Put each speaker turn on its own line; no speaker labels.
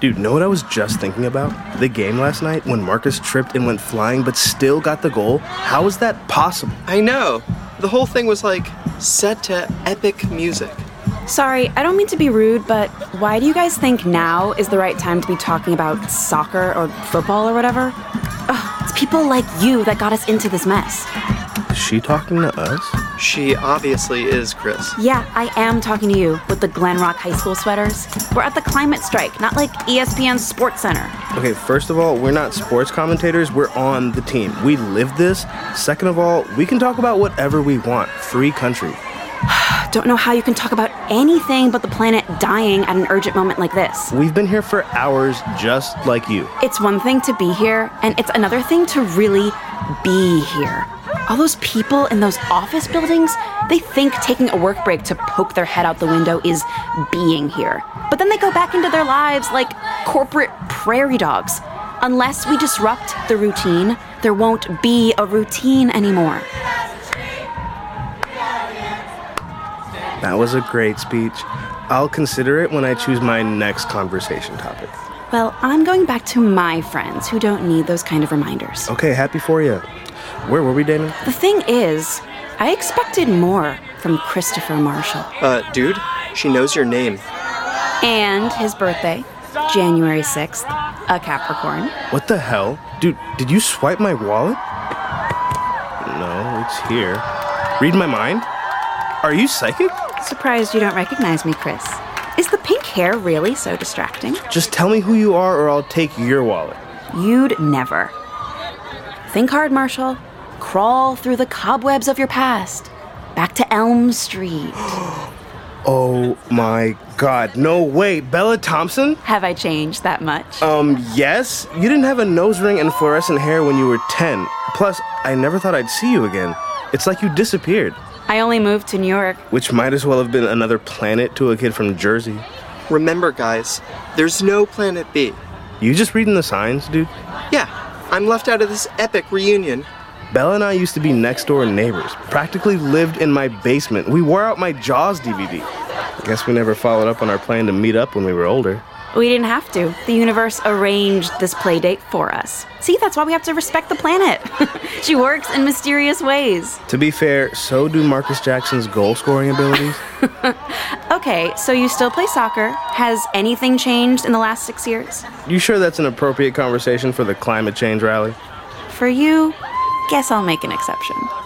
Dude, know what I was just thinking about? The game last night when Marcus tripped and went flying but still got the goal? How is that possible?
I know. The whole thing was like set to epic music.
Sorry, I don't mean to be rude, but why do you guys think now is the right time to be talking about soccer or football or whatever? Ugh, it's people like you that got us into this mess.
Is she talking to us?
She obviously is, Chris.
Yeah, I am talking to you with the Glen Rock High School sweaters. We're at the climate strike, not like E ESPN Sports Center.
Okay, first of all, we're not sports commentators, we're on the team. We live this. Second of all, we can talk about whatever we want. Free country.
Don't know how you can talk about anything but the planet dying at an urgent moment like this.
We've been here for hours just like you.
It's one thing to be here, and it's another thing to really be here. All those people in those office buildings, they think taking a work break to poke their head out the window is being here. But then they go back into their lives like corporate prairie dogs. Unless we disrupt the routine, there won't be a routine anymore.
That was a great speech. I'll consider it when I choose my next conversation topic.
Well, I'm going back to my friends who don't need those kind of reminders.
Okay, happy for you. Where were we, Damon?
The thing is, I expected more from Christopher Marshall
Uh, dude, she knows your name.
and his birthday, January 6th, a Capricorn.
What the hell? Dude, did you swipe my wallet? No, it's here. Read my mind? Are you psychic?
Surprised you don't recognize me, Chris. Is the pink hair really so distracting?
Just tell me who you are or I'll take your wallet.
You'd never. Think hard, Marshall. Crawl through the cobwebs of your past. Back to Elm Street.
Oh my god. No, wait. Bella Thompson?
Have I changed that much?
Um, yes? You didn't have a nose ring and fluorescent hair when you were 10. Plus, I never thought I'd see you again. It's like you disappeared,
I only moved to New York.
which might as well have been another planet to a kid from Jersey.
Remember, guys, there's no planet B.
You just reading the signs, dude?
Yeah, I'm left out of this epic reunion.
Bella and I used to be next door neighbors, practically lived in my basement. We wore out my Jaws DVD. I guess we never followed up on our plan to meet up when we were older.
We didn't have to. The universe arranged this play date for us. See, that's why we have to respect the planet. she works in mysterious ways.
To be fair, so do Marcus Jackson's goal scoring abilities.
Okay, so you still play soccer. Has anything changed in the last six years?
You sure that's an appropriate conversation for the climate change rally?
For you, guess I'll make an exception.